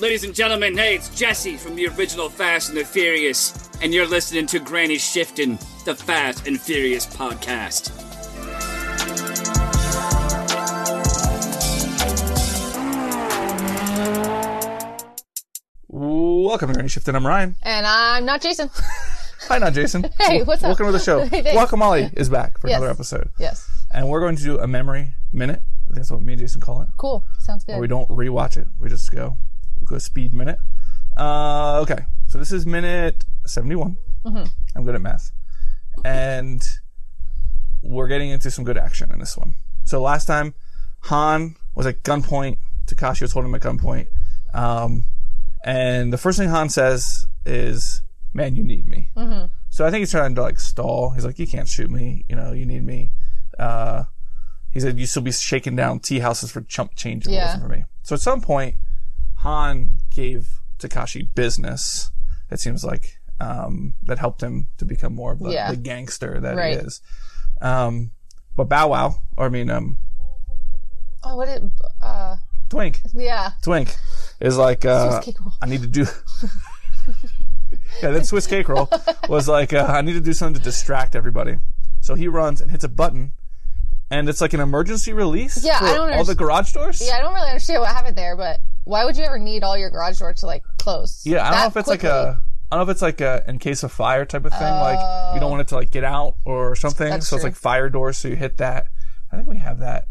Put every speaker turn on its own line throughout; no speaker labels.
Ladies and gentlemen, hey, it's Jesse from the original Fast and the Furious, and you're listening to Granny Shifting, the Fast and Furious podcast.
Welcome to Granny Shift, and I'm Ryan.
And I'm not Jason.
Hi, not Jason.
Hey, what's up?
Welcome to the show.
Hey, thanks.
Guacamole is back for
Yes.
another episode,
Yes.
and we're going to do a memory minute. I think That's what me and Jason call it.
Cool. Sounds good.
Or we don't rewatch it. We just go go speed minute. Uh, okay, so this is minute 71 Mm-hmm. I'm good at math, and we're getting into some good action in this one. So last time, Han was at gunpoint. Takashi was holding him at gunpoint, um, and the first thing Han says is, "Man, you need me." Mm-hmm. So I think he's trying to like stall. He's like, "You can't shoot me. You know, you need me." Uh, he said, "You still be shaking down tea houses for chump change if it
Yeah.
wasn't for me." So at some point, Han gave Takashi business. It seems like um, that helped him to become more of the,
Yeah.
the gangster that
Right.
he is. Um, but Bow Wow, or I mean, um,
oh, what it? Uh,
Twink,
yeah.
Twink is like, uh,
Swiss cake roll.
I need to do. yeah, that Swiss cake roll was like, uh, I need to do something to distract everybody. So he runs and hits a button, and it's like an emergency release
Yeah,
for
I don't
all the
underst-
garage doors.
Yeah, I don't really understand what happened there, but why would you ever need all your garage doors to like close?
Yeah, I don't know
that
if it's
quickly?
like a. I don't know if it's like a in case of fire type of thing. like you don't want it to like get out or something.
Oh. That's
so it's
true.
like fire doors. So you hit that. I think we have that.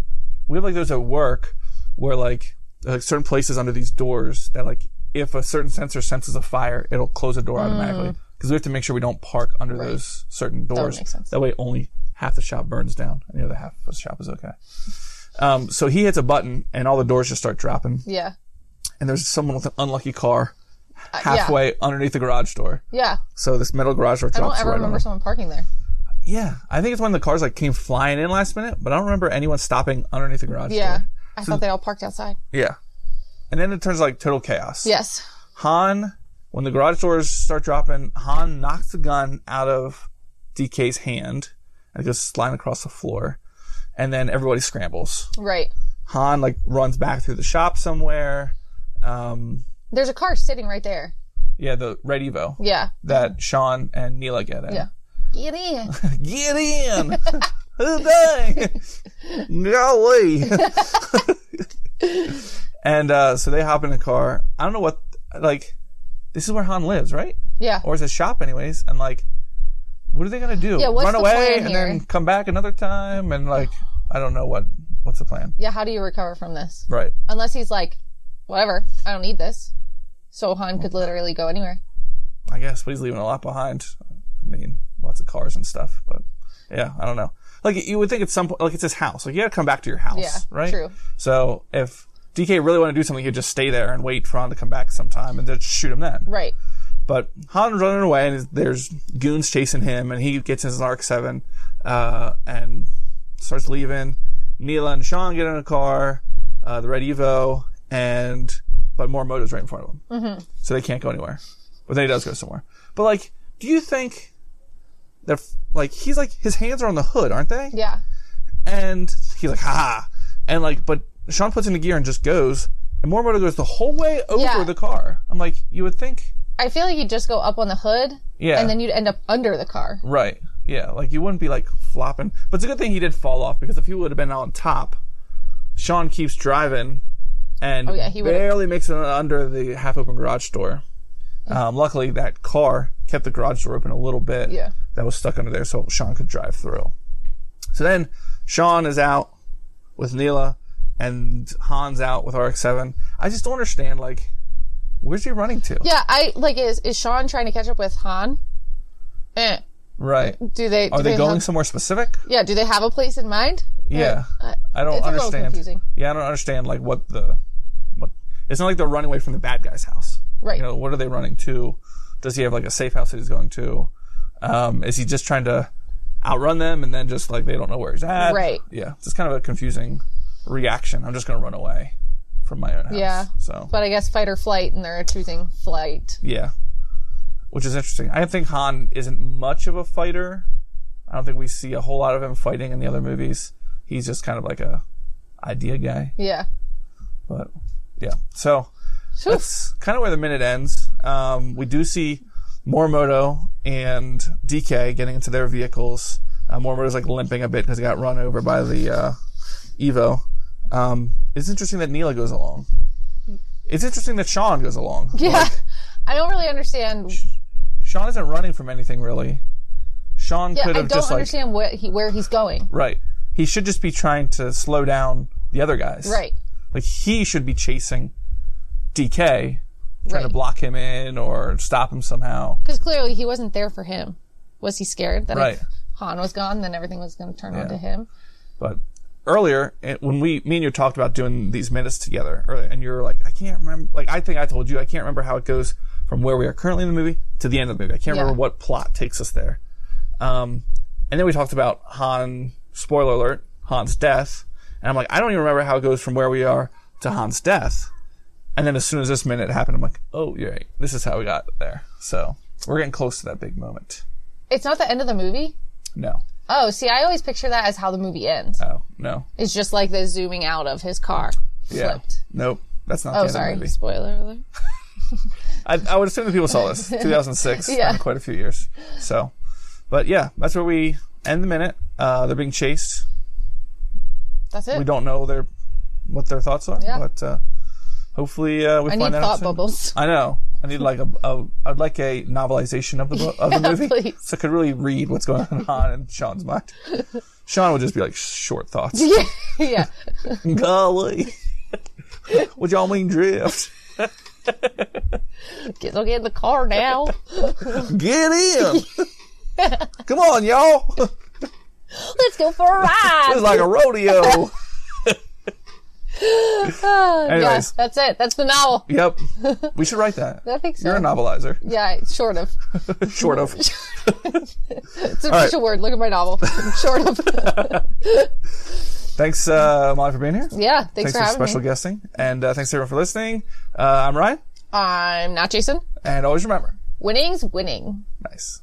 We have like those at work where like, like certain places under these doors that like if a certain sensor senses a fire, it'll close the door automatically
Mm.
because we have to make sure we don't park under those certain doors.
make sense.
That way, only half the shop burns down and the other half of the shop is okay. Um, so he hits a button and all the doors just start dropping
Yeah. Uh,
and there's someone with an unlucky car
yeah.
halfway underneath the garage door.
Yeah.
So this metal garage door
I don't
drops
ever
right on
remember
them.
someone parking there.
Yeah, I think it's when the cars like came flying in last minute, but I don't remember anyone stopping underneath the garage
Yeah.
door.
I thought they all parked outside.
Yeah. And then it turns like total chaos.
Yes.
Han, when the garage doors start dropping, Han knocks the gun out of DK's hand and it goes sliding across the floor. And then everybody scrambles.
Right.
Han like runs back through the shop somewhere. Um,
There's a car sitting right there.
yeah, the Red Evo.
Yeah.
that Sean and Neela get in.
Yeah. Get in.
Get in! Who dang? Golly! and uh, so they hop in the car. I don't know what, like, this is where Han lives, right?
Yeah.
Or is his shop, anyways? And, like, what are they going to do?
Yeah, what's
Run
the
away
plan
and
here?
then come back another time? And, like, I don't know what what's the plan.
yeah. How do you recover from this?
Right.
Unless he's like, whatever. I don't need this. So Han could literally go anywhere.
I guess, but he's leaving a lot behind. I mean, lots of cars and stuff, but yeah, I don't know. Like you would think at some point, like it's his house. Like you got to come back to your house,
Yeah,
right?
true.
So if DK really wanted to do something, he'd just stay there and wait for Han to come back sometime and then shoot him then.
Right.
But Han's running away and there's goons chasing him and he gets in his Arc 7 uh, and starts leaving. Neela and Sean get in a car, uh, the Red Evo, and but more motos right in front of him. Mm-hmm. So they can't go anywhere. But then he does go somewhere. But like, do you think that like he's like his hands are on the hood, aren't they?
Yeah.
And he's like, ha! And like, but Sean puts in the gear and just goes, and more moto goes the whole way over
Yeah.
the car. I'm like, you would think
I feel like you'd just go up on the hood.
Yeah.
And then you'd end up under the car.
Right. Yeah. Like you wouldn't be like flopping. But it's a good thing he did fall off because if he would have been on top, Sean keeps driving and
Oh, yeah, he would've-
barely makes it under the half open garage door. Um, luckily, that car kept the garage door open a little bit.
Yeah.
That was stuck under there so Sean could drive through. So then Sean is out with Neela and Han's out with RX7. I just don't understand, like, where's he running to?
Yeah, I like is is Sean trying to catch up with Han? Eh.
Right.
Do they
Are
do
they going
have-
somewhere specific?
yeah, do they have a place in mind? Uh,
Yeah. I don't
it's a little
understand.
confusing.
Yeah, I don't understand like what the what it's not like they're running away from the bad guy's house.
Right.
You know, what are they running to? Does he have like a safe house that he's going to? Um, is he just trying to outrun them and then just like they don't know where he's at?
Right.
Yeah. It's just kind of a confusing reaction. I'm just gonna run away from my own house.
Yeah.
So
But I guess fight or flight and they're choosing flight.
yeah. Which is interesting. I think Han isn't much of a fighter. I don't think we see a whole lot of him fighting in the other movies. He's just kind of like a idea guy.
Yeah.
But yeah. So that's kind of where the minute ends. Um, we do see Mormoto and DK getting into their vehicles. Uh, Mormoto's like limping a bit because he got run over by the uh, Evo. Um, it's interesting that Neela goes along. It's interesting that Sean goes along.
Yeah. I don't really understand.
Sean isn't running from anything really. Sean
Yeah,
could
I
have
don't
just like
understand where, he, where he's going.
right. He should just be trying to slow down the other guys.
Right.
Like he should be chasing DK, trying
right.
to block him in or stop him somehow.
Because clearly he wasn't there for him. Was he scared that
Right.
if Han was gone, then everything was going to turn on
Yeah.
to him?
But earlier, it, when we, me and you talked about doing these minutes together, earlier, and you were like, I can't remember. Like, I think I told you, I can't remember how it goes from where we are currently in the movie to the end of the movie. I can't
Yeah.
remember what plot takes us there. Um, and then we talked about Han. Spoiler alert: Han's death. And I'm like, I don't even remember how it goes from where we are to Han's death. And then as soon as this minute happened, I'm like, oh, you're right. This is how we got there. So we're getting close to that big moment.
It's not the end of the movie.
No.
Oh, see, I always picture that as how the movie ends.
Oh, no.
It's just like the zooming out of his car
Yeah.
flipped.
Nope. That's not the
Oh,
end
sorry.
of the movie.
Spoiler alert.
I, I would assume that people saw this 2006
Yeah.
in uh, quite a few years. So, but yeah, that's where we end the minute. Uh, they're being chased.
That's it.
We don't know their what their thoughts are,
Yeah.
but uh, hopefully uh, we
I
find
need
that out
thought
soon.
bubbles.
I know. I need like a, a I'd like a novelization of the book of the movie,
please.
so I could really read what's going on in Sean's mind. Sean would just be like short thoughts.
yeah.
Golly, would y'all mean drift?
Get, they'll get in the car now.
Get in! Come on, y'all!
Let's go for a
It's
ride.
like a rodeo.
Ah, yeah,
Anyways,
that's it. That's the novel.
yep. We should write that.
I think so.
You're a novelizer,
yeah, sort of.
short of.
It's an
right.
official word. Look at my novel. Sort of.
Thanks, uh, Molly, for being here.
Yeah, thanks,
Thanks
for
for
having
special
me.
guesting, and uh, thanks everyone for listening. Uh, I'm Ryan,
I'm not Jason.
and always remember,
Winning's winning.
nice.